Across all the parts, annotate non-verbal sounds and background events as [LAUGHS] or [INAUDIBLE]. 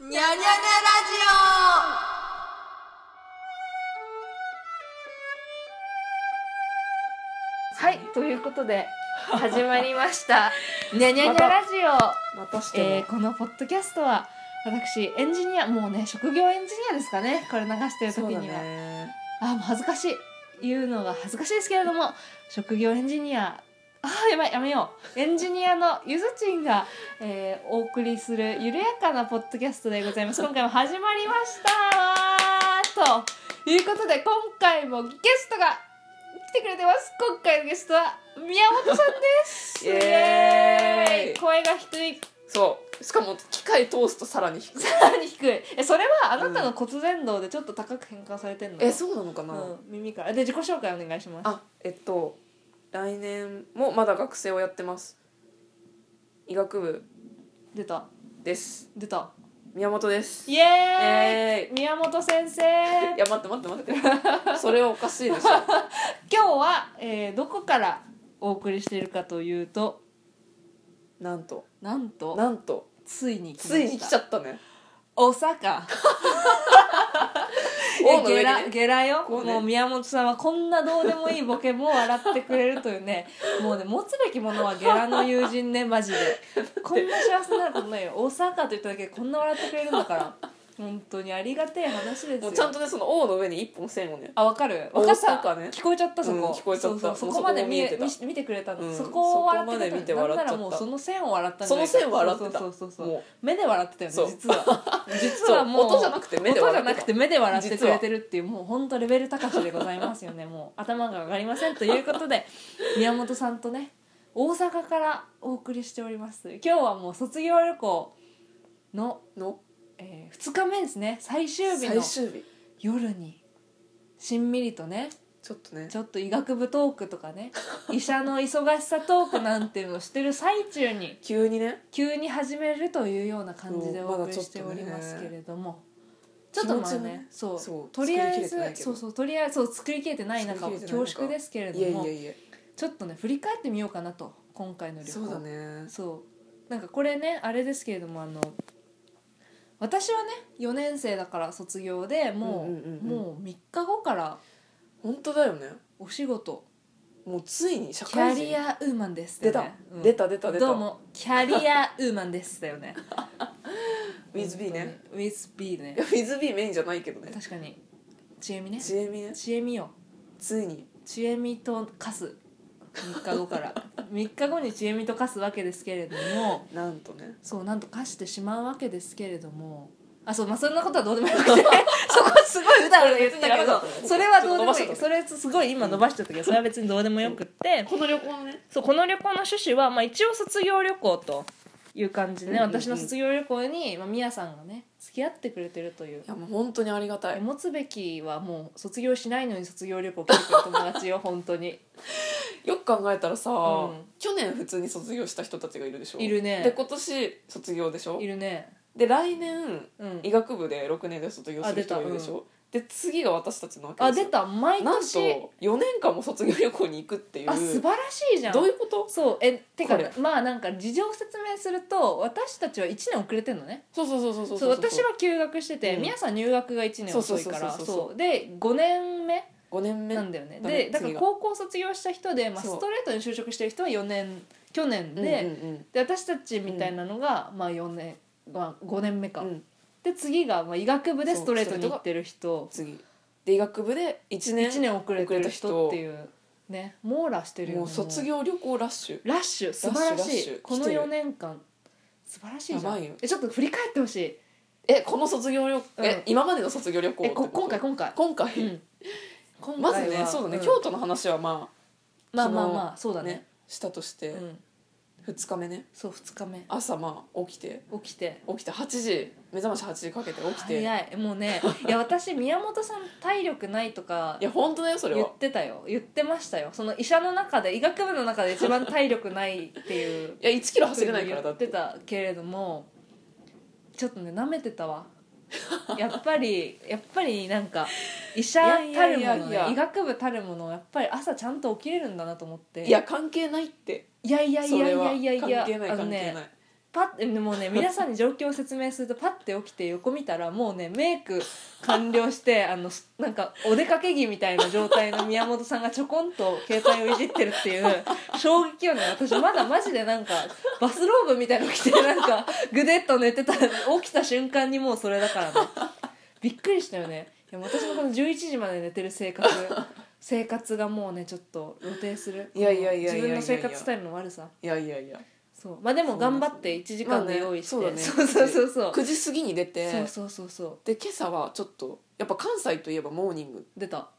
にゃにゃにゃラジはい、ということで始まりましたオにゃに [LAUGHS] ニャゃニにャゃララジオ、またしえー、このポッドキャストは私エンジニアもうね職業エンジニアですかねこれ流してる時そうだには、ねあもう恥ずかしい言うのが恥ずかしいですけれども職業エンジニアあーやばいやめようエンジニアのゆずちんが、えー、お送りする緩やかなポッドキャストでございます今回も始まりましたわーということで今回もゲストが来てくれてます今回のゲストは宮本さんですイエーイイエ声が低いそうしかも機械通すとさらに低い [LAUGHS] さらに低いえそれはあなたの骨伝導でちょっと高く変換されてんのえそうなのかな、うん、耳からで自己紹介お願いしますあえっと来年もまだ学生をやってます医学部出たです出た宮本ですいイエーイイエ宮本先生や待って待って待って [LAUGHS] それはおかしいでしょ今日は、えーどこからお送りしているかというとなんとなんとなんとついに来ましたついに来ちゃったね大 [LAUGHS] 阪王のゲ上にラねゲラよ、こうねもう宮本さんはこんなどうでもいいボケも笑ってくれるとい [LAUGHS] うねもうね持つべきものはゲラの友人ねマジでこんな幸せになることないよ大阪と言っただけでこんな笑ってくれるんだから本当にありがてえ話ですよもうちゃんとねその王の上に一本線をねあ、わかる。わかった。大阪ね聞こえちゃった、そこ。うん聞こえちゃったそうそうそもうこまでそこも見見えてえ、た見し見てくれたの。うんそこを笑ってくそれこまで見てたの。笑っなんちゃっなたらもう、その線を笑ったんじゃないかその線を笑ってたそうそうそうそうも目で笑ってたよねそう。実 [LAUGHS] は。実はもう。そう音じゃなくて目で笑ってた音じゃなくて目で笑ってくれてるっていう、もう本当レベル高しでございますよね。もう頭が上がりませんということ [LAUGHS] で、宮本さんとね、大阪からお送りしております。今日はもう卒業旅行の、のえ2日目ですね。最終日最の終日夜に、しんみりとね、ちょっとねちょっと医学部トークとかね医者の忙しさトークなんていうのをしてる最中に急にね急に始めるというような感じでそうまお送だりちょっしてとねおりますけれども。ちょっとまあ気持ちもねねそうそうとりあえ作りきれてずないけどそうそうとりあえずそう作りきれてない中作りきれてない恐中縮ですけれどいやいもやいやちょっとね振り返ってみようかなと今回の旅行そうだねそうなんかこれねあれですけれどもあの私はね4年生だから卒業でもう,、うんうんうんうんもう3日後から本当だよねお仕事もうついに社キャ会リ人アウーマンです出よたね、うん出た出た出たどうもキャリアウーマンですだよね With B ね本当に With B ねいや With B メインじゃないけどね確かにちえみねちえみねちえみよついにちえみとカス3日 [LAUGHS] 後から3日後にちえみとカスわけですけれどもなんとねそうなんと課してしまうわけですけれどもあそうまあそんなことはどうでも [LAUGHS] よくてそこすごいうだうだ言ってたけどそれはどうでもちょっと伸ばしちゃっいいたそれすごい今伸ばしちゃったけどそれは別にどうでもよくってこの旅行のねそうこの旅行の趣旨は、まあ、一応卒業旅行という感じで、ねうんうんうん私の卒業旅行に、まあ、ミヤさんがね付き合ってくれてるといういやもう本当にありがたい持つべきはもう卒業しないのに卒業旅行来てくる友達よ本当 [LAUGHS] によく考えたらさ、うん去年普通に卒業した人たちがいるでしょいるねで今年卒業でしょいるねで来年うん医学部で6年で卒業する人あがい出たるでしょ、で次が私たちのわけあです出よた毎なんと年4年間も卒業旅行に行くっていうあ素晴らしいじゃんどういうことそうえてかこれまあなんか事情を説明すると私たちは1年遅れてんのねそうそうそうそうそうそう私は休学してて、うん皆さん入学が1年遅いからそうそうそうそうそうそうで5年目5年目なんだよねだねでだから次が高校卒業した人で、まあ、そうストレートに就職してる人は4年去年で,、うんうんで私たちみたいなのが、まあ4年、まあ、5年目か、うんうんで次が、まあ、医学部でストレートに行ってる人次で医学部で1年1年遅れてる人っていうね網羅してるよねもう卒業旅行ラッシュラッシュ素晴らラッしシュいこ来のてる4年間素晴らしいじやゃばんいよえちょっと振り返ってほしいえこの卒業旅行、うんえ今までの卒業旅行えこ今回今今回、今う回、ん、今回まずねそうだね、ん京都の話はままあまあまあそうあだねねしたとして、うん、 2日目ねそう2日目朝まあ起きて起きて起きて8時目覚まし8時かけて起きてい早いも [LAUGHS] うねいや私宮本さん体力ないとかや本当だよそれ言っはてたよ言ってましたよその医者の中で医学部の中で一番体力ないっていういや1キロ走れないからだ言っっててたけれどもちょっとね舐めて [LAUGHS] たわやっぱりやっぱりなんか医者たいやるものねいやいや医学部たるものをやっぱり朝ちゃんと起きれるんだなと思っていや関係ないっていやいやいそやれいはやいやいや関係ないあ関の係ない、ねパッても [LAUGHS] うね皆さんに状況を説明するとパッて起きて横見たらもうねメイク完了して [LAUGHS] あのすなんかお出かけ着みたいな状態の宮本さんがちょこんと携帯をいじってるっていう衝撃をね私まだマジでなんかバスローブみたいの着てなんかぐでっと寝てた起きた瞬間にもうそれだからねびっくりしたよねいや私のこの11時まで寝てる生活生活がもうねちょっと露呈するいやいやいやいやいやいや自分の生活スタイルの悪さいやいやいやそうまあでも頑張って1時間で用意して、まあねそそううだねそうそうそう9時過ぎに出てそうそうそうそうで今朝はちょっとやっぱ関西といえばモーニング出た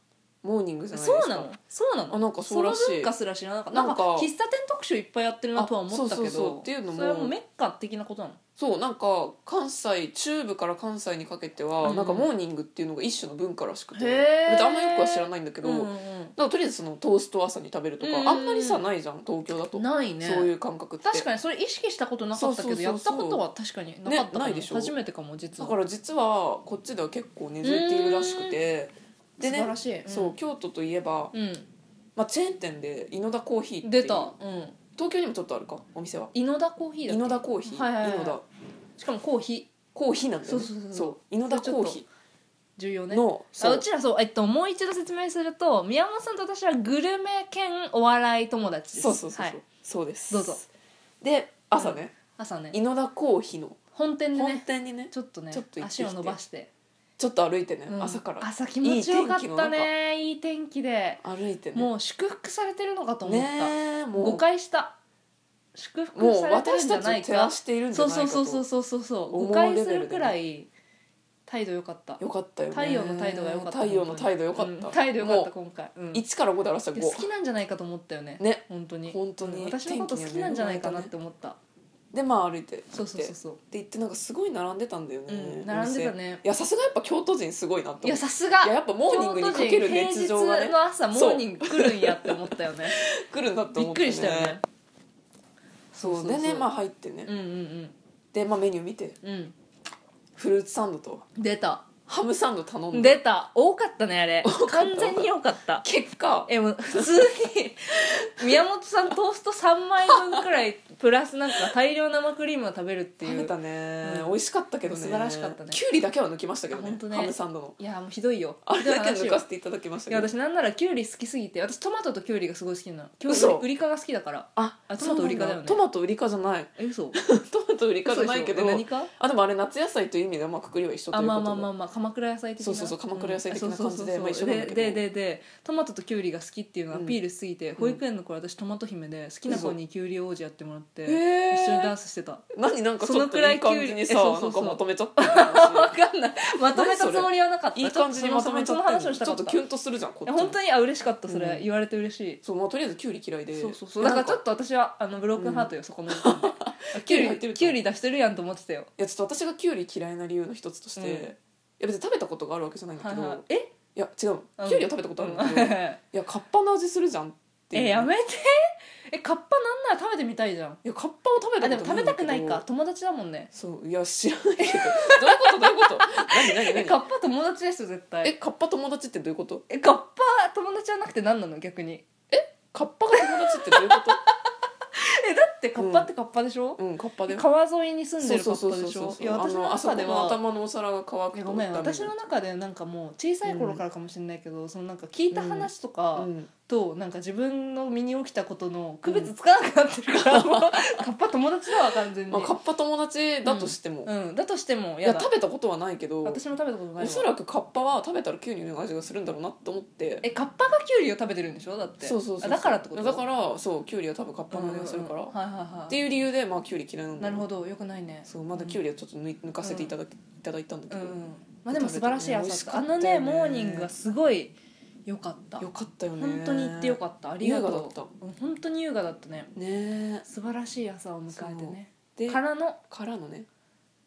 モーニングじゃないでそすかうなのそうなのあなんかそうらしいの文化すら知らなかったななんんかか喫茶店特集いっぱいやってるなとは思ったけどあそうそうそうっていうのもそれはもうメッカ的なことなのそうなんか関西中部から関西にかけては、うんなんかモーニングっていうのが一種の文化らしくてへー別にあんまよくは知らないんだけど、うんなんうんかとりあえずそのトーストを朝に食べるとか、うんあんまりさないじゃん東京だと、ないねそういう感覚って確かにそれ意識したことなかったけどそうそやうっそたうそうことは確かになかったかもねないでしょ初めてかも実だはから実はこっちでは結構根付いているらしくてで素ね晴らしいそう京都といえば、うん、まあ、チェーン店で井の田コーヒーっうていんう出た、うん、東京にもちょっとあるかお店は井の田コーヒー井だっの田コーヒー、はいはいはい井の田けしかもコーヒコーヒーなんだよねそうそうそうそう井の田コーヒー重要ーねのあそうちらそう、えっと、もう一度説明すると宮本さんと私はグルメ兼お笑い友達ですそうそうそうそう、はい、そうですどうぞで朝ね、朝ね井の田コーヒーの本店で本ね店にねちょっとねちょっと行ってき足てを伸ばして、ちょっと歩いてね、うん朝から朝気持ちよかったねいい天気で歩いてねもう祝福されてるのかと思った、ねえもう誤解した祝福もうされてるん私じたゃちないを照からしているんじそゃうないかそうとそうそうそうそうそう思う誤解レすベルでるねくらい態度良かったよかったよね太陽の態度が良かった太陽の態度良かった、うん態度良かったも今回、うんう1から5で表したいや好き5なんじゃないかと思ったよねね本当に本当にうん私のこと好きなんじゃないかなって思った、でまあ歩いてそうそうそうそうって言ってなんかすごい並んでたんだよね、うんお店並んでたねいやさすがやっぱ京都人すごいなと思いやってさすがいややっぱモーニングにかける熱情が京都人平ね日の朝モそうーニング来るんやって思ったよね来るんだとびっ思って、くりしたよねそうでねまあ入ってね、うんうんで、まあ、メニュー見てうんうんフルーツサンドと出たハムサンド頼んで出た多かったねあれ完全に多かった結果えもう普通に宮本さんトースト3枚分くらいプラスなんか大量生クリームを食べるって食いべうたね、うん美味しかったけどね素晴らしかったねきゅうりだけは抜きましたけどあねほんとねハムサンドのいやもうひどいよあれだけひ抜どい話よかせていただきましたいけやど私なんならキュウリ好きすぎて私トマトとキュウリがすごい好きなのキュウ嘘リ売りかが好きだからああトマト売りかだよねそうなんトマト売りかじゃ [LAUGHS] ないえ嘘トマト売りかじゃないけど嘘でしょえ何かあでもあれ夏野菜という意味ではまあくくりは一緒といあうことでまあまあまあまあ鎌倉野菜的なそうそうそう鎌倉野菜的な感じでうんまあ一緒なんだけどででででトマトとキュウリが好きっていうのをアピールしすぎて、保育園の頃私トマト姫で好きな子にキュウリ王子やってもらって嘘へー一緒にダンスしてた何なんかちょっとそのくらいいい感じにさきゅうりえそうそうそうなんかまとめちゃった分かんないまとめたつもりはなかったいい感じにまとめちゃそっのた話ちをしたかょっったとキュンとするじゃんこっちえも本当にあ嬉しかったそれ、うん言われて嬉しいそうまあとりあえずきゅうり嫌いでそうそうそうだからちょっと私はあのブロークンハートよ、そこの時点であキキュウリュ入ウってリるキュウリ出してるやんと思ってたよいやちょっと私がきゅうり嫌いな理由の一つとして、うんいや別に食べたことがあるわけじゃないんだはけいど、はいいえや違うのうんきゅうりは食べたことあるんだけど、いやカッパの味するじゃんっていうえやめてえカッパなんなら食べてみたいじゃんいやカッパを食べたことあでも食べたくないんだかけど友達だもんねそういや知らないけどどういうことどういうこと何何え何カッパ友達ですよ絶え対カッパ友達ってどういうことえカッパ友達じゃなくて何なの逆にカッパが友達ってどういうこえだってカッパってカッパでしょ、 [LAUGHS] とうんカッパで川沿いに住んそでうるカそうそうッパそでうしそうょいや私のああそ中こでのは頭のお皿が乾くといやごめんダメ私の中でなんかもう小さい頃からかもしれないけど、そのなんか聞いた話とかうんとなんか自分の身に起きたことの区別つかなくなってるから、もうカッパ友達だわ完全に、まあカッパ友達だとしても、うん、だとしてもいややだ食べたことはないけど私も食べたことないわおそらくカッパは食べたらキュウリの味がするんだろうなと思ってえカッパがキュウリを食べてるんでしょだってそうそうそうそうあだからってことだからそうキュウリは多分カッパの味がするから、うんうんうんっはいはいはいていう理由でまあキュウリ嫌いなんだなるほどどよくないねそうまだキュウリはちょっと抜い抜かせていただき、いただいたんだけうんど、うんまあでも素晴らしい朝だったあ食べてね美味しかのねったよねモーニングがすごい良かったよかったよね本当に行ってよかったありがとう優雅だったうん本当に優雅だったねね素晴らしい朝を迎えてねえでからのからのね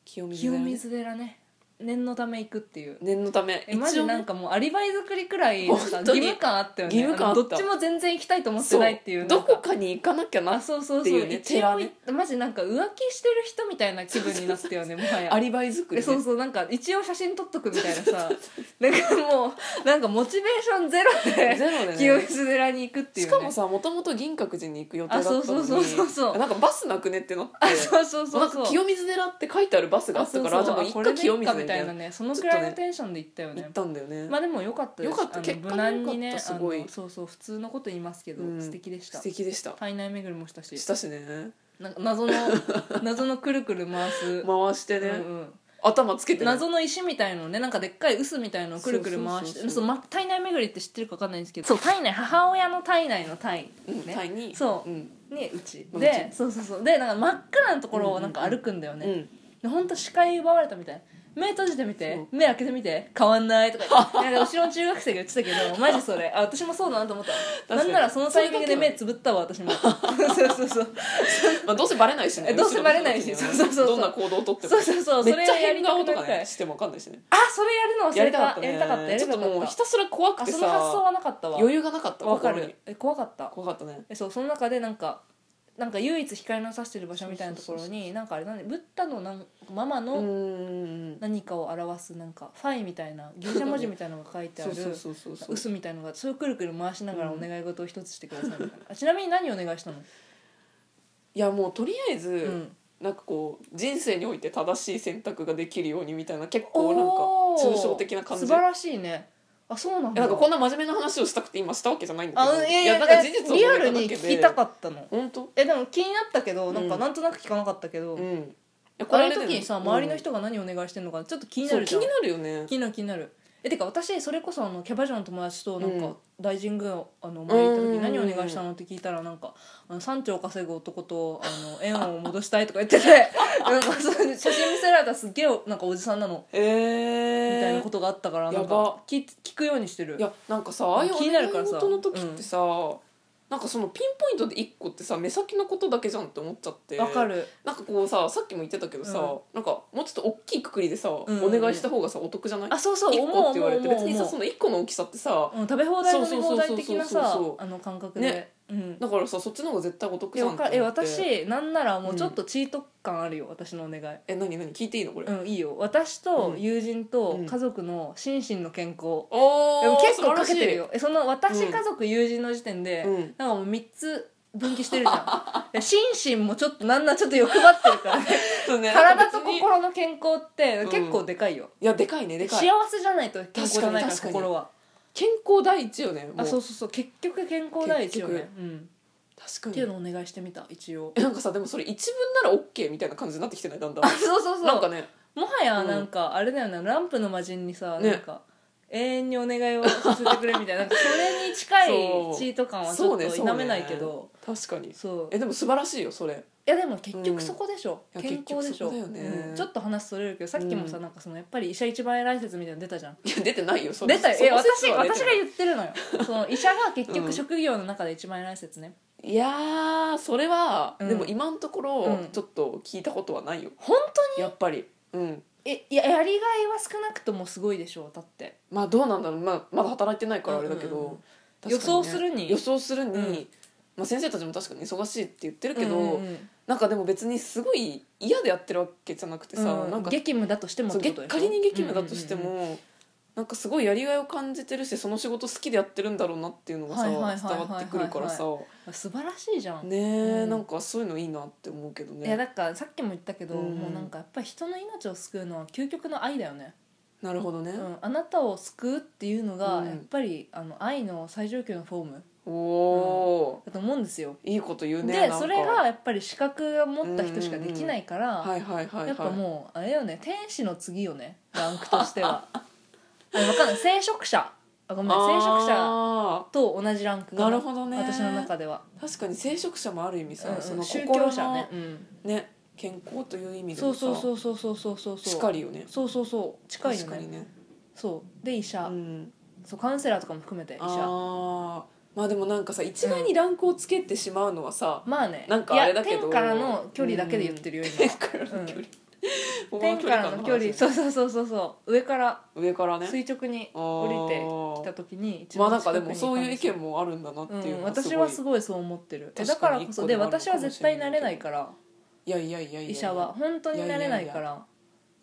清水清寺ね水寺ね念のため行くっていう念のためえマジなんかもうアリバイ作りくらいなんか本当義に務感あったよね義務感あったのどっちも全然行きたいと思ってそうないっていうどこかかに行かなきゃあなそうそうってそういうね一寺応ねマジなんか浮気してる人みたいな気分になったよねもはやアリバイ作り、でね、そうそうなんか一応写真撮っとくみたいなさなんかもうなんかモチベーションゼロでゼロでね清水寺に行くっていう、しね、かもさもともと銀閣寺に行く予定だったのにあそうそうそうそうそうなんかバスなくねってなってあそうそうそうそなんうか清水寺って書いてあるバスがあったからあそうそうじゃあもあこう一回れでい清い水か寺みたいなねねそのくらいのテンションで行ったよ行ねったんだよね、まあでも良かったです良かったあの結果無難に良ねかったすごいあのそうそう普通のこと言いますけど、うん素敵でした素敵でした体内巡りもしたししたしねなんか [LAUGHS] 謎の謎のくるくる回す、回してね、うんうん頭つけてね、謎の石みたいのねなんかでっかい臼みたいのをくるくる回してそうそうそうそうそうま体内巡りって知ってるか分かんないんですけどそう体内母親の体内の体うんねタイにそううんねうちうちでそうそうそうでなんか真っ暗なところをなんか歩くんだよね、うんでほんと視界奪われたみたい目閉じてみてそう目開けてみて変わんないとか [LAUGHS] 言ってなんか後ろの中学生が言ってたけどマジそれあ私もそうだなと思っ確たかなにんならそのタイミングで目つぶったわ [LAUGHS] 私もそうそうそうまあ、どうせバレないしねえどうせバレないし後ろのそうそうそうどんな行動をとってもそうそうそうそめっれちゃやり変た顔くとなか、るくらね、いしても分かんないしねあそれやるの忘やれりたたかったねやりたかったやりちょたっかとったもうひたすら怖くあてそさの発想はなかったわ余裕がなかったわか心にるえ怖かった怖かったねえそうその中でなんかなんか唯一光の差してる場所みたいなところになんかあれ何ブッダのなんママうのん何かを表すなんかファイみたいなギリシャ文字みたいなのが書いてあそうそるうそうそうそう薄みたいのがそれをくるくる回しながらお願い事を一つしてくださいみたいな、あちなみに何お願いしたの、いやもうとりあえず、うんなんかこう人生において正しい選択ができるようにみたいな結構なんおーか抽象的な感じ素い晴らしいねあそうなんだやなんかこんな真面目な話をしたくて今したわけじゃないんだあけどうんいえやなんか事実をリア述べルただにけで聞きたかったの本当えでも気になったけどなんかうんなんとなく聞かなかったけど、うんいやあれのれだよ時ねにさ周りの人が何お願いしてんのかちょっと気うんにそなうる気じゃんになるよね気になる気になるえてか私それこそあのキャバ嬢の友達となんうかん大神宮あのお参り行ったうんう時んうにん何お願いしたのって聞いたらなんかあの山頂を稼ぐ男とあの円を戻したいとか言っ [LAUGHS] ててなんかそれで写真見せられたらすっげえおなんかおじさんなのえみー、たいなことがあったからなんやばか聞聞くようにしてるいやなんかさああいうお気になるから願いさ事の時ってさ、なんかそのピンポイントで1個ってさ目先のことだけじゃんって思っちゃってわかるなんかこうささっきも言ってたけどさ、うんなんかもうちょっと大きいくくりでさ、んうんうんお願いした方がさお得じゃないあそうそう1思個うって言思うわれて思う別に思さその1個の大きさってさう、うん、食べ放題飲み放題的なそうそうさそうそうあの感覚で、ねうんだからさそっちの方が絶対お得じいやゃんわかるえ私なんならもううんちょっとチート感あるよ、私のお願いえ何何聞いていいのこれ、うんいいよ私と友人とうん家族の心身の健康、おーでも結構かけてる、よえその私うん家族友人の時点で、うんなんかもう3つ分岐してるじゃん [LAUGHS] で心身もちょっとなんならちょっと欲張ってるから [LAUGHS] ねそうね体となんか別に心の健康ってうん結構でかいよ、いやでかいねでか幸いせじゃないと健康じゃない確かからに確かに心は健康第一よねもあそううそうそう結局健康第一よね結、うん、確かっにていうのをお願いしてみた一応えなんかさでもそれ一文なら OK みたいな感じになってきてないだんだんあそうそうそうなんかねもはやなんかあれだよな、ランプの魔人にさ、ねなんか永遠にお願いをさせてくれみたいななんかそれに近いそうチート感はちょっと否めないけど確かにそう,、えでも素晴らしいよそれいやでも結局そこでしょ、うんいや健康でし結局そこょ、だよねうんちょっと話それるけどさっきもさ、うなんかそのやっぱり医者一番偉い説みたいなの出たじゃんいや出てないよそれ出たよそえの私説は出私てがない言ってるのよその医者が結う局ん職業の中で一番偉い説ね、いやーそれは、うんでも今のところ、うんちょっと聞いたことはないよ本当にやっぱりうんえいややりがいは少なくともすごいでしょうだってまあどうなんだろう、まあ、まだ働いてないからあれだけど、うんうんうん確か予想するに予想するに、うんまあ、先生たちも確かに忙しいって言ってるけど、うんうんうんなんかでも別にすごい嫌でやってるわけじゃなくてさ、うんなんか激務だとしてもっそうてげことでしょ仮に激務だとしても、うんうんうんなんかすごいやりがいを感じてるしその仕事好きでやってるんだろうなっていうのがさはい伝はいはいはいはいわってくるからさ素晴らしいじゃん、ねえ、うんなんかそういうのいいなって思うけどいやねだからさっきも言ったけど、うんもうなんかやっぱり人の命を救うのは究極の愛だよね、なるほどねう、ん、あなたを救うっていうのがうんやっぱり、あの愛の最上級のフォームおおだと思うんですよ、ー、いいこと言うねなんでかそれがやっぱり資格を持った人しかできないから、はいはいはいはいやっぱもうあれよね天使の次よねランクとし [LAUGHS] てはあ分かんない聖職者あごめん聖職者あと同じランクかなるほどね私の中では、ー確かに聖職者もある意味さ、うんうんその宗心教の者ねね、うん健康という意味でそもうさそうそうそうそうそうそうしかりよねそうそうそう近いよ確かねにね、そうで医者、うん、そうカウンセラーとかも含めて医者あーまあでもなんかさ一概にランクをつけてしまうのはさ、まあねなんかあれだけどいや天からの距離だけで言ってるよ、天からの距離、うんここの天からの距離話そうそうそうそうそう上から上からね垂直に降りてきた時に一まあ番なんかで近くもにそういう意感見もあるんだなっじていううん、のがすごい、私はすごいそう思ってるえ確だかかにらこそで一個ではある私はかも絶しれないけど対なれないからいやいやいやいや医者は本当になれないから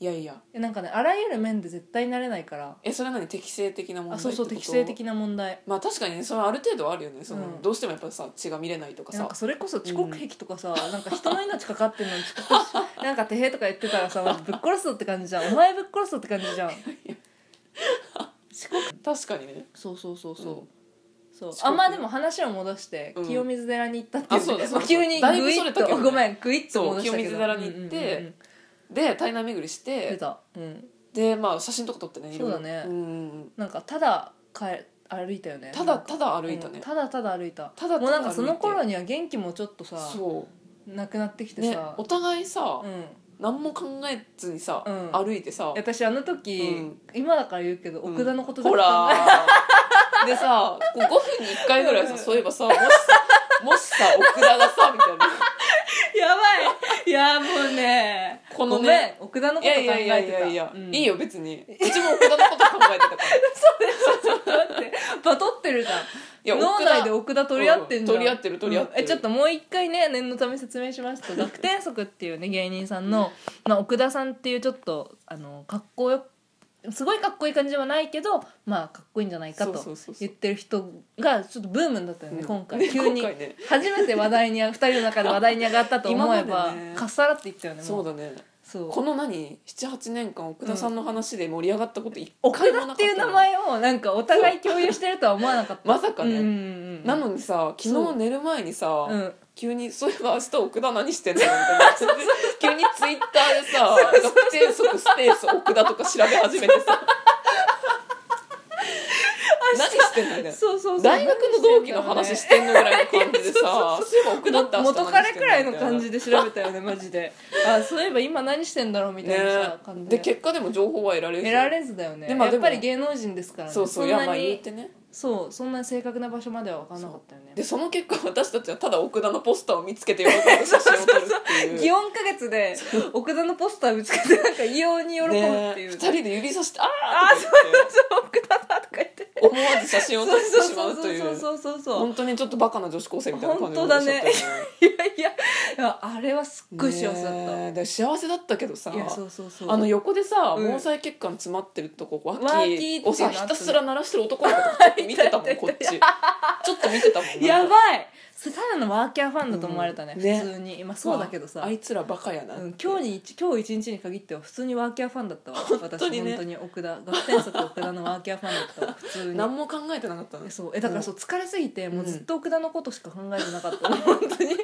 いやいやえなんかねあらゆる面で絶対なれないからえそれは何適正的な問題あってこそうとそう適正的な問題まあ確かにねそれはある程度はあるよねその、うんどうしてもやっぱさ血が見れないとかなんさかそれこそ遅刻癖とか [LAUGHS] さ、なんか人の命かかってるのに遅刻 [LAUGHS] しなんかてへとか言ってたらさマジぶっ殺すぞって感じじゃんお前ぶっ殺すぞって感じじゃん確かにねそうそうそうそう、うんそう遅刻あまあでも話を戻して、うん清水寺に行ったっていあそうだう,、そうだ [LAUGHS] 急にだグいぶイそれッたけとどねごめんグイッと戻したけどそう清水寺に行ってうんうんうんで体内巡りし出てた、うん、でまあ写真とか撮ってねいろいろそうだねうんなんかただ帰歩いたよねただなんかただ歩いたねうんただただ歩いたただただ歩いてもうなんかその頃には元気もちょっとさそなくなってきうてねさ、お互いさ、うん、何も考えずにさ、うん歩いてさ私あの時、うん今だから言うけど、奥田のことだほら [LAUGHS] ーでさこう5分に1回ぐらいさそういえばさもしもしさ奥田がさみたいな [LAUGHS] やばいいやもうねこのねごめん奥田のいこと考やえてたいやいやいやいや、うんいいよ別にうちも奥田のこと考えてたからだってバトってるじゃんいや脳奥内で田奥田取り合ってんじゃん、うん取り合ってる取り合ってるうんえちょっともう一回ね念のため説明しますと濁点足っていうね芸人さんの、まあ、奥田さんっていうちょっとあのかっこよすごいかっこいい感じではないけどまあかっこいいんじゃないかそうそとうそうそう言ってる人がちょっとブームになったよね、うん今回、ね急に今回ね初めて話題に2人の中で話題に上がったと思え今まば、でねかっさらっていったよねもそうだねそうこの何78年間奥田さんの話で盛り上がったこと一奥回もな田かっってたいよう名前をなんかお互い共有してるとは思わなかったまさかねうんうんうんなのにさ昨そ日う寝る前にさ、うん急に「そういえば明日奥田何してんの?」みたいな急にツイッターでさ「学生足スペース奥田」とか調べ始めてさ何してんのみたいなそうそうそう大学の同期の話してんのぐらいの感じでさ「そういえば奥田って明日元何彼してんのくらいの感じみで調べたよねマジであそういえば今何してんだろうみたたいいななさ、ね感じで結果でも情報は得られず得られずだよねでまあやでっもぱり芸能人ですからねそうそういんやなまあ言っにてねそうそんな正確な場所までは分からなかったよねでその結果私たちはただ奥田のポスターを見つけて喜ぶ写真を撮るっていう祇園か月で奥田のポスターぶつけてなんか異様に [LAUGHS] 喜ぶってねいう、二人で指さして「あああ!」ーとそかう言って [LAUGHS] そう奥田だとか言って思わず写真を撮そっうてしまそううとそういうそうそうそうそう本当にちょっとバカな女子高生みたいな感じの本当だねことしちゃったよねいやいやいやあれはすっごい幸せだった、ねえで幸せだったけどさいやそうそうそうあの横でさうん毛細血管詰まってるとこ脇脇をさってなってるひたすら鳴らしてる男の子とかちょっと見てたもんこ [LAUGHS] っちちょっと見てたもんなんかやばいそれただのワーキャーファンだと思われたね,、うんね普通にまあそうだけどさ、あいつらバカやなうん、今日に一今日一日に限っては普通にワーキャーファンだったわ当にね私本当に奥田学天則奥田のワーキャーファンだったわ普通に何も考えてなかったのそうえだからそう疲れすぎて、もううんずっと奥田のことしか考えてなか [LAUGHS] った、本当に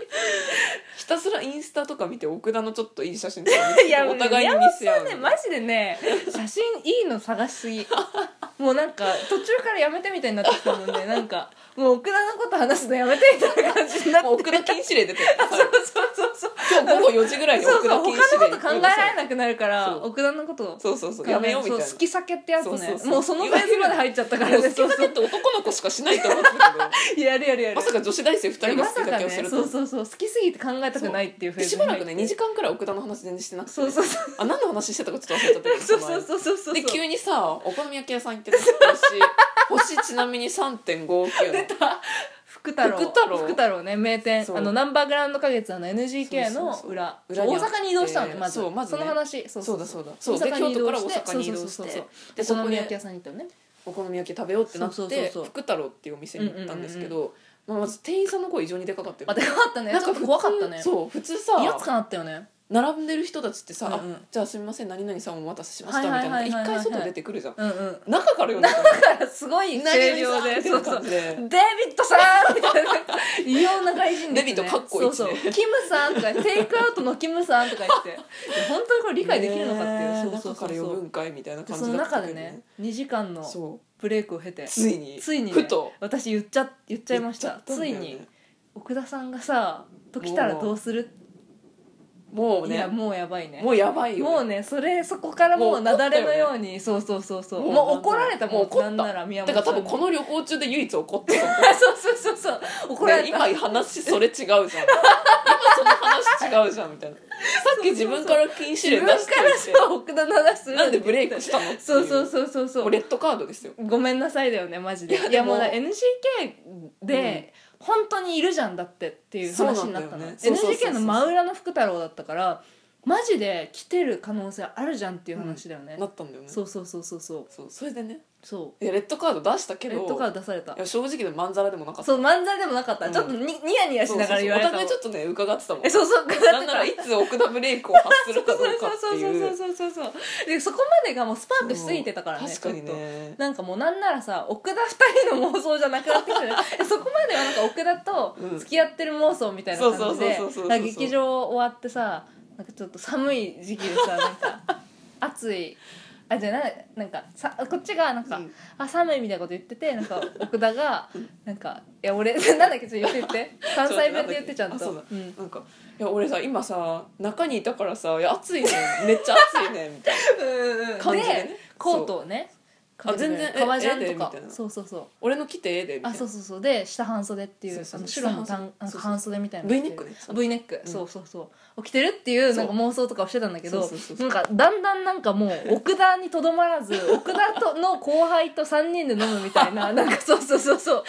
ひたすらインスタとか見て奥田のちょっといい写真とか [LAUGHS] 見て [LAUGHS] お互いに見せ合うねマジでね写真いいの探しすぎ [LAUGHS] もうなんか途中からやめてみたいになってきたもんねなんかもう奥田のこと話すのやめてみたいな感じになってもう奥田禁止令出てるそうそうそう今日午後4時ぐらいにそう奥そ田う禁止他令のこと考えられなくなるからそう奥田のことをそうそうそうやめようみたいなそう好き酒ってやつねそうそうそうもうそのフェーズまで入っちゃったからね好きそう酒って男の子しかしないと思ってたけどそうやるやる [LAUGHS] やるまさか女子大生2人いやがま好さきかだけねをするとそうそうそう好きすぎて考えたくないっていうフェーズしばらくね2時間くらい奥田の話全然してなくてそうそうそうあ何の話してたかちょっと忘れちゃったけどそうそのそう前そうそうそうで急ににさお好み焼き屋さん行ってたし星星ちなみに3.59の福太郎福太郎福太郎ね名店そうあのナンバーグランド花月あの NGK そうのそうそう裏裏にあって大阪に移動したのねまずそうまずねその話そそうだそうだそうで大阪京に移都か動らして大阪に移動しそうそうそうてそうでおそ好こみ焼き屋でさんに行ったよねお好み焼き食べようってなっそうそうそうてそう福太郎っていうお店に行ったんですけどまあまず店員さんの声異常にでかかったよあねでかかったねちょっと怖かった普ね通そう普通さ威圧感あったよね並んでる人たちってさ、うんうんあじゃあすみません何々さんお待たせしましたみはたいいはいなはい一はいはい回外出てくるじゃんう [LAUGHS] んうん中からよねだからすごい声量で何そ々うさんそうみデたいな感じでビットさんみたいな異様な外人です、ね、デビットかっこいいねそうそう [LAUGHS] キムさんとかテイクアウトのキムさんとか言ってい [LAUGHS] や本当にこれ理解できるのかっていう、ねそうそうそう中からそ呼ぶうんかいみたいなで感じそのだった中けでどね2時間のそブレイクを経てうついについにねふと私言っちゃ言っちゃいました言っちゃったんつだいよねに奥田さんがさと来たらどうするもういやねもうやばいねもうやばいよもうねそれそこからもうもう怒雪ったよね崩のようにそうそうそうそうもう怒られたももうん怒ったなんなら宮だ本からさ多ん分このに旅行中で唯一怒ってたあそうそうそうそう怒られねた、今話それ違うじゃんその話違うじゃんみたいなさっき自分から禁止自令分出からしておいてそう奥田の出すなんでブレイクしたのっていそうそうそうそうそうもうレッドカードですよごめんなさいだよねマジでいいややでももうだ NGK で、本当にいるじゃんだってっていう話になったそうなんだの、よねそうそうそうそう NGK の真裏の福太郎だったからマジで来てる可能性あるじゃんっていう話だよね、なったんだよねそうそうそうそうそうそうそれでねそいやレッドカード出したうけレどッドカード出されたいや正直でまんざらでもなかったそう漫才でもなかった、うんちょっとにニヤニヤしながら言われそうたそうそうお互いちょっとね伺ってたもんえそうそうなんならいつ奥田ブレイクを発するかどうかってそういそううそうそうそうそうそうでそこまでがもうスパークしすぎてたからね確かにちょっとねなんかもうなんならさ奥田二人の妄想じゃなくなって [LAUGHS] きてるえそこまではなんか奥田うんと付き合ってる妄想みたいな感じでそうそうそうそうそうそうなんか劇場終わってさなんかちょっと寒い時期でさなんか暑いあじゃあななんかさこっちがなんか、うんあ寒いみたいなこと言っててなんか奥田がなんか「いや俺なんだっけちょっと言って言って関西弁で言ってちゃんあと」そうだうんなんか「いや俺さ今さ中にいたからさいや暑いねめっちゃ暑いね」みたいな [LAUGHS] 感じでねでコートをねそうあ全然え革ジャええでンとかみたいなそうそうそう「俺の着てええで」みたいあなそうそうそうで下半袖っていそううそうあの白の下た半ん袖あそのうそう半袖みたいなの着 V てネックね V ネックうんそうそうそう起きてるっていうなんそかう妄想とかをしてたんだけどそうそうそうなんかだんだんなんかもう奥田にとどま [LAUGHS] らず奥田との後輩と3人で飲むみたいななんかそうそうそうそう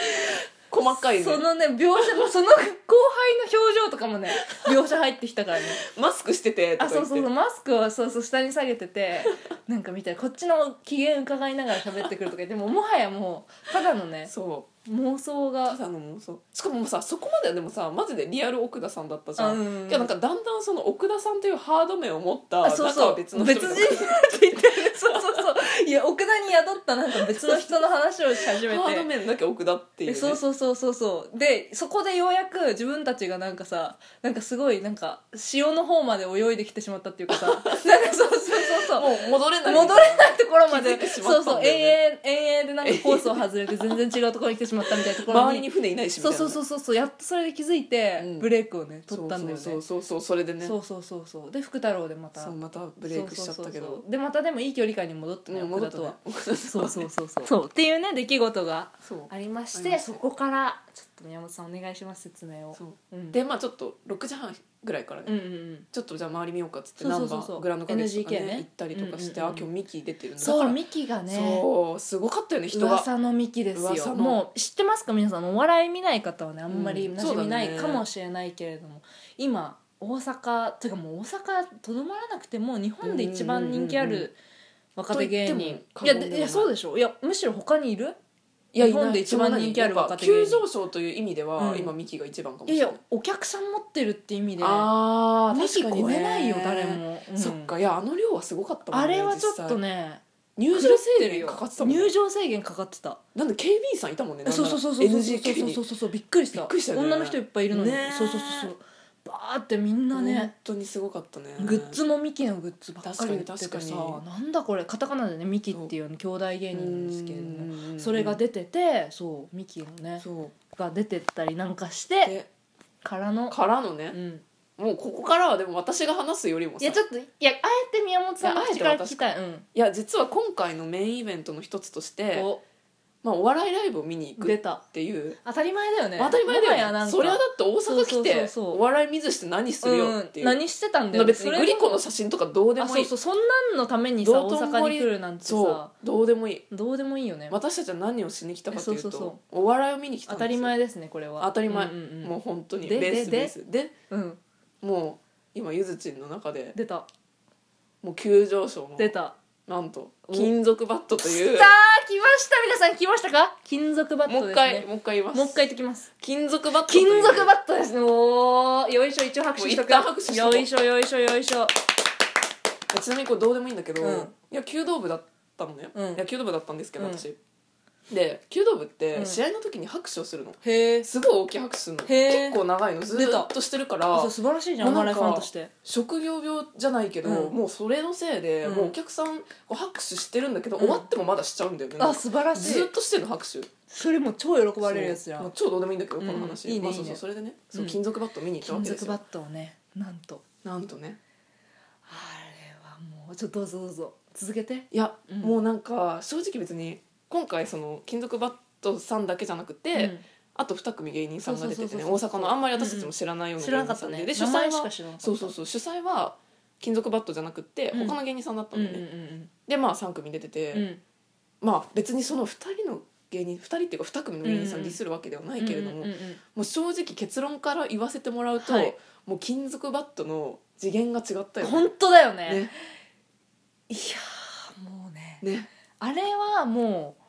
細かいねそのね描写もその後輩の表情とかも [LAUGHS] ね描写入ってきたからねマスクしてて」とあか言そってうそうそうマスクをそうそう下に下げててなんか見たらこっちの機嫌伺いながら喋ってくるとか言ってもうもはやもうただのねそう妄想がただの妄想しかもさそこまではでもさマジでリアル奥田さんだったじゃん、うんいやなんかだんだんその奥田さんというハード面を持ったあそう中そはう別の人別みたい人なになっていてそうそうそういや奥田に宿ったなんか別の人の話をし始めハードて。面だけ奥田っていう、えね、そうそうそうそうそうでそこでようやく自分たちがなんかさなんかすごいなんか潮の方まで泳いできてしまったっていうかさなんかそうそうそうそうもう戻れない戻れないところま気づで、いてしまそったうそんうだよ永ね遠永遠でなんかコースを外れて全然違うところに来てしまったみたいなところ周にりに船いないしみたそいうなそうそうそうそうやっとそれで気づいて、うんブレイクをね取ったんだよねそそううそうそうそれでねそうそうそうで福太郎でまたそうまたブレイクしちゃったけそうそうどそうでまたでもいい距離感に戻ってね、うん奥戻田ったねとはそうそうそう [LAUGHS] そうそうっていうね出来事がそうありましありてましたそこからちょっと宮本さんお願いします説明をそううん、でまあちょっと6時半ぐらいからね、うんうんうんちょっとじゃあ周り見ようかっつってそうナそンうそバうそうーグランド花月とかね NGK ね行ったりとかして、うんうんうんあ今日ミキ出てるんだそうミねキがねそうすごかったよね人が噂のミキです噂のよもう知ってますか皆さんお笑い見ない方はねあんまりうん馴染みないそうだねかもしれないけれども、今大阪ていうかもう大阪とどまらなくても日本で一番人気あうんうんうんる若手芸と言っ人ても過言いやではないでいやそうでしょいやむしろ他にいるいや日本で一番人気ある若手芸人やっぱ急上昇という意味では、うん今ミキが一番かもしいやれいないやお客さん持ってるって意味であーミキ確かに超ねえないよ誰も、うんそっかいやあの量はすごかったもんあれはちょっとねね実際入場制限かかってたもんね入場制限かかってたなんで警備員さんいたもんねなんなそうらそうそうそうそうそう NGK にそうそうそうびっくりしたびっくりしたよね女の人いっぱいいるのに、ねそうそうそうそうバーってみんな本ね、当にすごかったねグッズもミキのグッズばっかり売って確かてにさ確かなんだこれカタカナでねミキっていう兄弟芸人なんですけれどももそれが出ててそうミキのねそうが出てったりなんかしてでからの、からのうねん、もうここからはでも私が話すよりもいさやちょっといやあえて宮本さんのいやあえ口てから聞きたい、うん、いや実は今回のメインイベントの一つとしておまあお笑いライブを見に行く出ったていう当たり前だよねまあ当たり前だもはやよなねんかそれはだって大そ阪うそ来うそうてそうお笑い見ずして何するよっていうん、う何してたんだよ別にグリコのそ写真とかどうれでもあもそいういそうそんなんのためにさ道大頓堀阪に来るなんてそさうどうでもいいどうでもいいよね私たちは何をしに来たかというそうそうとそお笑いを見に来た当んですよたり前ですねこれは当たり前うんうんうんもう本当にベでースでベースでうんもう今ゆずちんの中で出たもう急上昇の出たなんと金属バットというさあ来ました皆さん来ましたか金属バッもうトで一す回ねもう一回言いますもう一回言ってきます金属バットとい金う属バットですねおーよいしょ一応拍手しとくもう一旦拍手しとこよういしょよいしょよいしょちなみにこれどうでもいいんだけど、うん野球道部だったのね、うん野球道部だったんですけどうん私、で球道部っうてん試合の時に拍手をするの、へえすごい大きい拍手するのへー結構長いのず出ーたっとしてるから素晴らしいじゃんもおうなん笑いかファンとして職業病じゃないけど、うんもうそれのせいで、うんもうお客さんこう拍手してるんだけど、うん終わってもまだしちゃうんだよねあ素晴らしずーいっとしてるの拍手それもう超喜ばれるやつじゃそうんもう超どうでもいいんだけどこの話、うんいいねまあ、そういいそうねそれでね、そううん金属バット見に行ったわ金けです属よバットをねなんとなんとねあれはもうちょっとどうぞどうぞ続けていや、うんもうなんか正直別に今回その金属バットさんだけじゃなくて、あと2組芸人さんが出ててねそうそうそう大そう阪のあんまり私たちも知らないような知ら芸なか人っさたんで、ねで主名前催しかは知らなかったそうそうそう主催は金属バットじゃなくってうん他の芸人さんだったうのんね、うんうんでまあ3組出てて、うんうんまあ別にその2人の芸人2人っていうか2組の芸人さうんんうんディスるわけではないけれども、うんうんうんもう正直結論から言わせてもらうと、はいもう金属バットの次元が違ったよね本当だよねねいやーもうねねあれはもう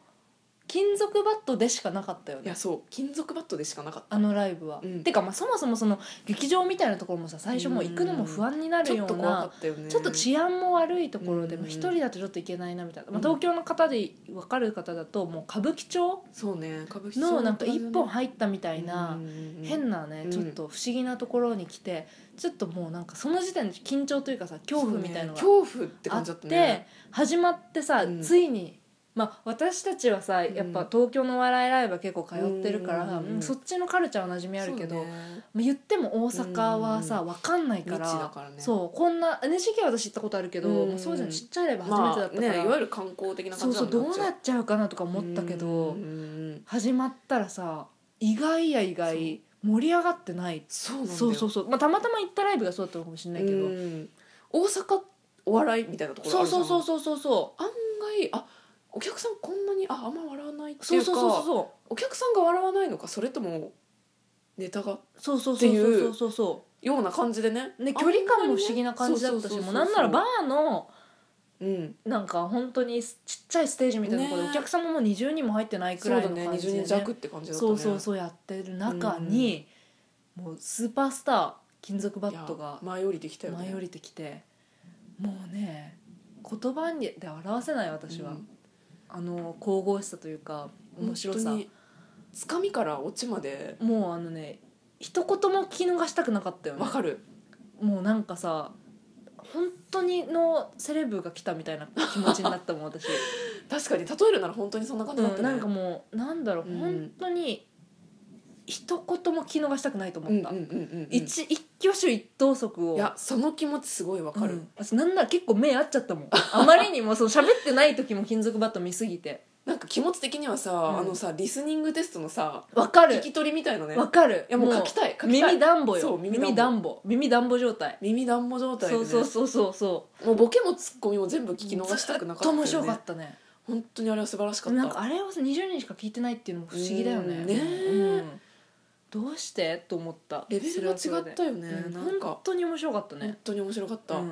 金属バットでしかなかったよいねやそう金属バットでしかなかったあのライブは、うんてかまあそもそもその劇場みたいなところもさ最初もう行くのも不安になるちょよっとう怖かなったよねちょっと治安も悪いところでうんも一人だとちょっといけないなみたいな、まあ、うん東京の方で分かる方だともう歌舞伎町そうね歌舞伎のなんか一本み入ったみたいな変ななねうんちょっと不思議なところに来てちょっともうなんかその時点で緊張というかさ恐怖みたいなのがそうね恐怖ってあ感っじだったて、ね始まってさ、うんついに、まあ、私たちはさやっぱ東京のお笑いライブは結構通ってるから、うんうんうんそっちのカルチャーは馴染みあるけど、そうまねあ言っても大阪はさ分かんないか未知らだからねそうこんな NHK は私行ったことあるけど、うんもうそうじゃんちっちゃいライブ初めまてだあったから、ねいわゆる観光的なそ感うじそうどうなっっちゃうかなとか思ったけど、始まったらさ意外や意外盛り上がってないそうなんだよそうそうそう、まあ、たまたま行ったライブがそうだったのかもしれないけど、うん大阪お笑いみたいなところあそうるじゃそんうそうそうそうそう案外あお客さんこんなにああんま笑わないってそいううかそうそうそうお客さんが笑わないのかそれともネタがそうそうってそういそううそうそうそような感じでねうね距離感も不思議な感じだったしもうなんならバンーのうんなんか本当にちっちゃいステージみたいなところでねお客さんももう20人も入ってないくらいのそうだ感ねじで、 20ね人弱って感じだったねそうそうそうやってる中に、もうスーパースター金属バットがいや舞い降りてきたよね舞い降りてきてもうね言葉にで表せない私は、うんあの神々しさというか面白さ本当につかみから落ちまでもうあのね一言も聞き逃したくなかったよねわかるもうなんかさ本当にのセレブが来たみたいな気持ちになったもん [LAUGHS] 私、確かに例えるなら本当にそんな感じだったうねん、なんかもうなんだろう、うん本当に一言も聞き逃したくないと思うんっうんた、うんうんうん一一挙手一投足をいやその気持ちすごいわわかる、私なんなら結構目合っちゃったもんあまりにもその喋ってない時も金属バット見すぎてなんか気持ち的にはさ、うんあのさリスニングテストのさわか聞るき取りみたいのねわかるいやもう書きたい書きたい耳暖房そよう耳耳暖暖房耳暖房状態耳だんぼ状態で、そね、うそうそうそうそもうボケもツッコミも全部う聞き逃したくなかったよずっとね面白かったね本当にあれは素晴らしかったなんかあれをさ20人しか聞いてないっていうのも不思議だよねうんねうんどうしてと思ったレベルが違ったよね、うんなん本か当に面白かった本ね当に面白かった、うん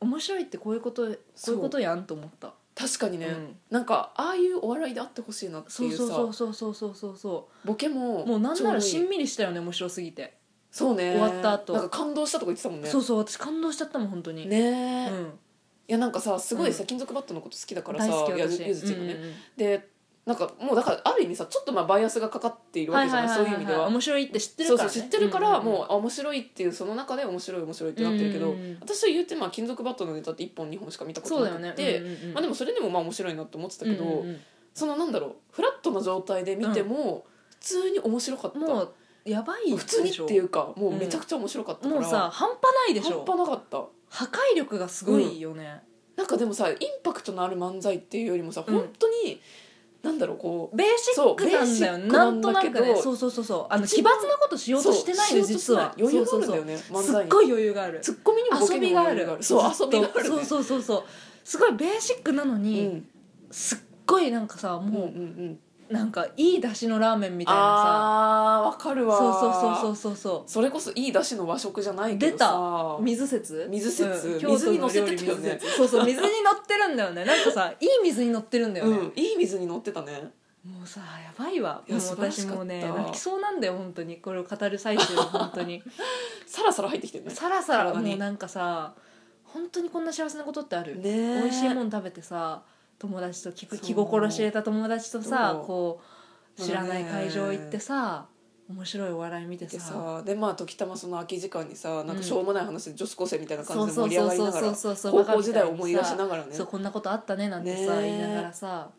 面白いってこういうことこうそういうことやんと思った確かにね、うんなんかああいうお笑いであってほしいなってそいううさそうそうそうそうそうそボケもうもうなんならしちょうどいんいみりしたよね面白すぎてそうね終わった後なんか感動したとか言ってたもんねそうそう私感動しちゃったもん本当にねうえ、いんやなんかさすごいさ、うん金属バットのこと好きだから大さ好きやゆ私ゆずちんがね、うんうんでなんかもうだからある意味さちょっとまあバイアスがかかっているわはけいじゃはない,、いはいそういう意味ではは、い面白いって知ってそるうかそらうね知ってるからんんんもうあ面白いっていうその中で面白い面白いってなってるけど、うんうんうん私は言うてまあ金属バットのネタって1本2本しか見たこそうとだなよねくて、うんうんうんまあ、でもそれでもまあ面白いなって思ってたけど、うんうんそのなんだろうフラットな状態で見ても普通に面白かった、うんもうやばいでしょ普通にっていうかもうめちゃくちゃ面白かったから、もうさ半端ないでしょ半端なかった破壊力がすごいよね、なんかでもさインパクトのある漫才っていうよりもさ、うん本当になんだろうこうベーシックなんだそうベよーシックなんとなくなんだけねどそうそうそうそうあの奇一抜な番ことしようとしてないのそう実はしようとしてない余裕があるんだよねねす漫才っにごい余裕があるツッコミにもボケ遊びにもがあ余裕るがあるそう遊びがある、ね、そうそうそうそうすごいベーシックなのうに、んすっごいなんかさうんうんうもんうなんかいい出汁のラーメンみたいなあーわかるさわそうそうそうそうそうそれこそいい出汁の和食じゃないけどさそう水説水説うん、京都水の料理に乗せてたよね水説そうそう水に乗ってるんだよねなん [LAUGHS] かさいい水に乗ってるんだよね、うん、いい水に乗ってたねもうさやばいわいもうや素晴らし私かったもね泣きそうなんだよ本当にこれを語る最中は本当にさらさら入ってきてるねさらさら体にもうなんかさ本当にこんな幸せなことってある、ねえ美味しいもん食べてさ友達と気そう気心知れた友達とさそうこう知らないそうね会場行ってさ、面白いお笑い見てでささでまあ時たまその空き時間にさなんかしょうもない話で女子高生みたいなそ感うじでそ盛うり上そうがりそうながそらうそうそう高校時代を思い出しならがらねそうこんなことあったねなんてさ、ねえ言いながらさ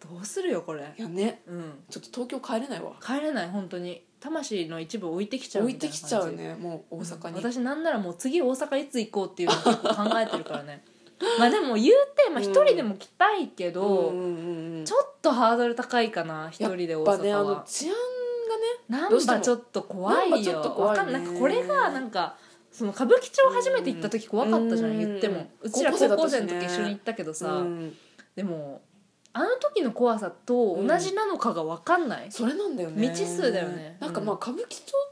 どうするよこれいやねうんちょっと東京帰れないわ帰れない本当に魂の一部置いてきちゃう置いみてたなき感ちじゃうねもう大阪に、私なんならもう次大阪いつ行こうっていうの結構考えてるからね [LAUGHS] まあでも言うて、まうあ、ん一人でも来たいけど、うんうんうんちょっとハードル高いかな一人でやっ大ぱね阪あは、の治安がねなんどうしてかもちょっと怖いよ難波ちょっと怖いねわかんないなんかこれがなんかその歌舞伎町初めて行った時怖かったじゃん、うん言ってもううんちら高校高生だった校しね生の時一緒に行ったけどさ、うんでもあの時の怖さと同じなのかが分かんない、それなんだよね未知数だよねなんかうんまあ歌舞伎町っ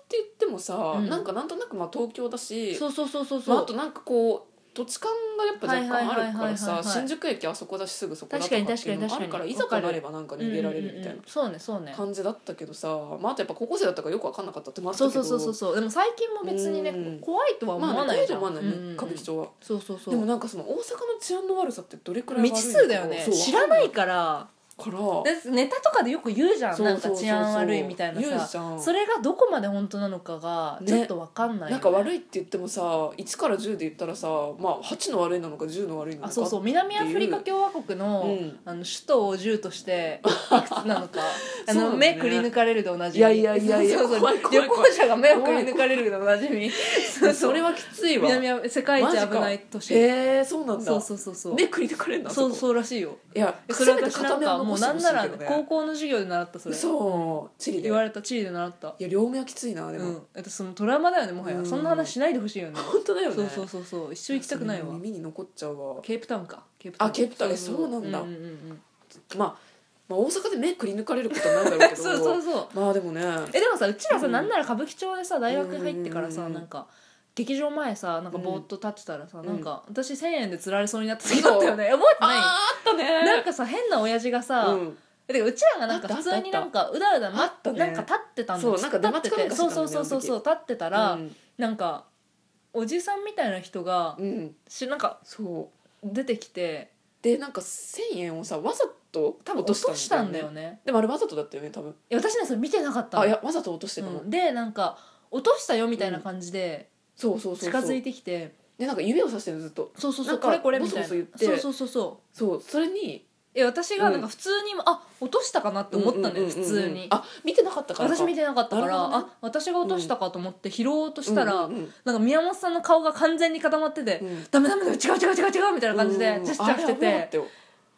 て言ってもさ、うんなんかなんとなくまあ東京だしそうそうそうそうまあ、そあうとなんかこう土地勘がやっぱ若干あるかはいはいはらいはいはいさはい新宿駅あそこだしすぐそこだとかって確かに確いかにうのもあ確かるにからいざとなればなんか逃げられるみたうんいうんうんそうねそうねな感じだったけどさ、まあ、あとやっぱ高校生だったからよく分かんなかったってもあったそうけそうどそうそうそうでも最近も別にね、うん怖いとは思まわあなねいとじゃん、思わないね、うんうんうん歌舞伎町はそうそうそうでもなんかその大阪の治安の悪さってどれくらい悪い未のか知数だよねそう知らないからからでネタとかでよく言うじゃんそうなんか治安悪いみたいなそうそうさそう言うじゃんそれがどこまで本当なのかがねちょっとわかんない、なんか悪いいって言ってもさ1から10で言ったらさ、まあ、8の悪いなのか10の悪いなのかあそうそう南アフリカ共和国の,、うんあの首都を銃と [LAUGHS] していくつなのかそあうなの、んだね目くり抜かれるでおなじみいやいやいやいやそうそう怖い怖い怖い旅行者が目をくり抜かれるでおなじみそう [LAUGHS] そそれれははきついわ南ア世界一危ない都市、えー、そうなんだそうそうそうそう目くり抜かれるなそうそこそうらしいよいやそれせめて私なんかもうなんなら片目は残し高て校の授業で習ったそほれしいけどねそうチリで言われた地理で習ったいや両目はきついなうでも、んだってそのトラウマだよねもはうやんそんな話しないでほしいよね本当だよねそうそうそうそう一生行きたくないわそれ耳に残っちゃうわケープタウンかケープあケープタウンえそうなんだうんうんうんまあまあ大阪で目くり抜かれることはないだろうけど [LAUGHS] そうそうそうまあでもねえでもさうちらさうんなんなら歌舞伎町でさ大学入ってからうんうさんうんなんか劇場前さなんかぼーっと立ってたらさんなんか私1000円で釣られそうになった時だったよね [LAUGHS] 覚えてないあーあったねなんかさ変な親父がさうんでうちらがなんかあった普通になんかうだうだあ待っったてねなんか立ってたんだそう立なんか黙っっててかなんかてしてたそんうだそようねそうそうそう立ってたうらんなんかおじさんみたいな人がうんしなんかそう出てきてでなんか1,000円をさわざと多分落としたんだよねねでもあれわざとだったよね多分いや私ねそれ見てなかったのあいやわざと落としてたの、うんでなんか落としたよみたいな感じでそうそうそう近そうづいてきてでなんか指をさしてるのずっとそうそうそなうんかこれこれみたいボなソそボソ言ってうそうそうそうそうそれにえ私がなんか普通にあ落としたかなって思ったのようんうんうんうん普通にあ見てなかったからか私見てなかったなからるほどねあ私が落としたかと思って拾おうとしたらうんうんなんか宮本さんの顔が完全に固まっててうん「ダメダメダメ違う違う違う違う」みたいな感じでジェスチャーしてあれ危なかってたよ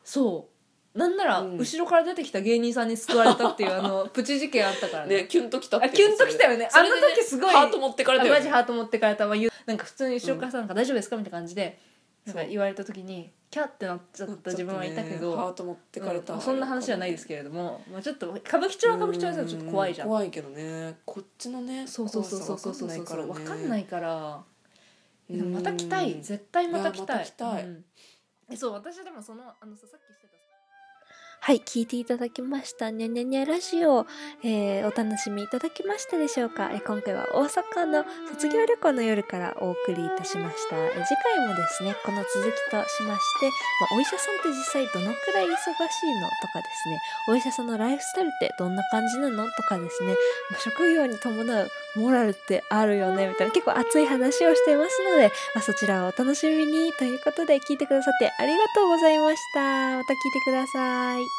そうなんならうん後ろから出てきた芸人さんに救われたっていうあのプチ事件あったからねねキュンときたってあキュンときたよねそれであの時すごいハート持ってかあれたよ、マジハート持ってかれたわゆなんか普通に後ろからさなんか大丈夫ですかみたいな感じでなんか言われた時にキャってなっちゃった自分はいたけちょっとねハどート持ってかれた、うんそんな話じゃないですけれどもまあちょっと歌舞伎町は歌舞伎町でさちょっと怖いじゃんう怖いけどねこっちのねそうそうそうそうそうそう怖さそうわ分かかんんなないいからからねでもまた来たういん絶対また来たいやまいた来たいうんえそう私でもそのあのささっきしてたはい、聞いていただきました。にゃにゃにゃラジオ、えーお楽しみいただけましたでしょうか、えー今回は大阪の卒業旅行の夜からお送りいたしました。えー次回もですね、この続きとしまして、まあお医者さんって実際どのくらい忙しいのとかですね、お医者さんのライフスタイルってどんな感じなのとかですね、まあ職業に伴うモラルってあるよね、みたいな結構熱い話をしていますので、まあ、そちらをお楽しみにということで聞いてくださってありがとうございました。また聞いてください。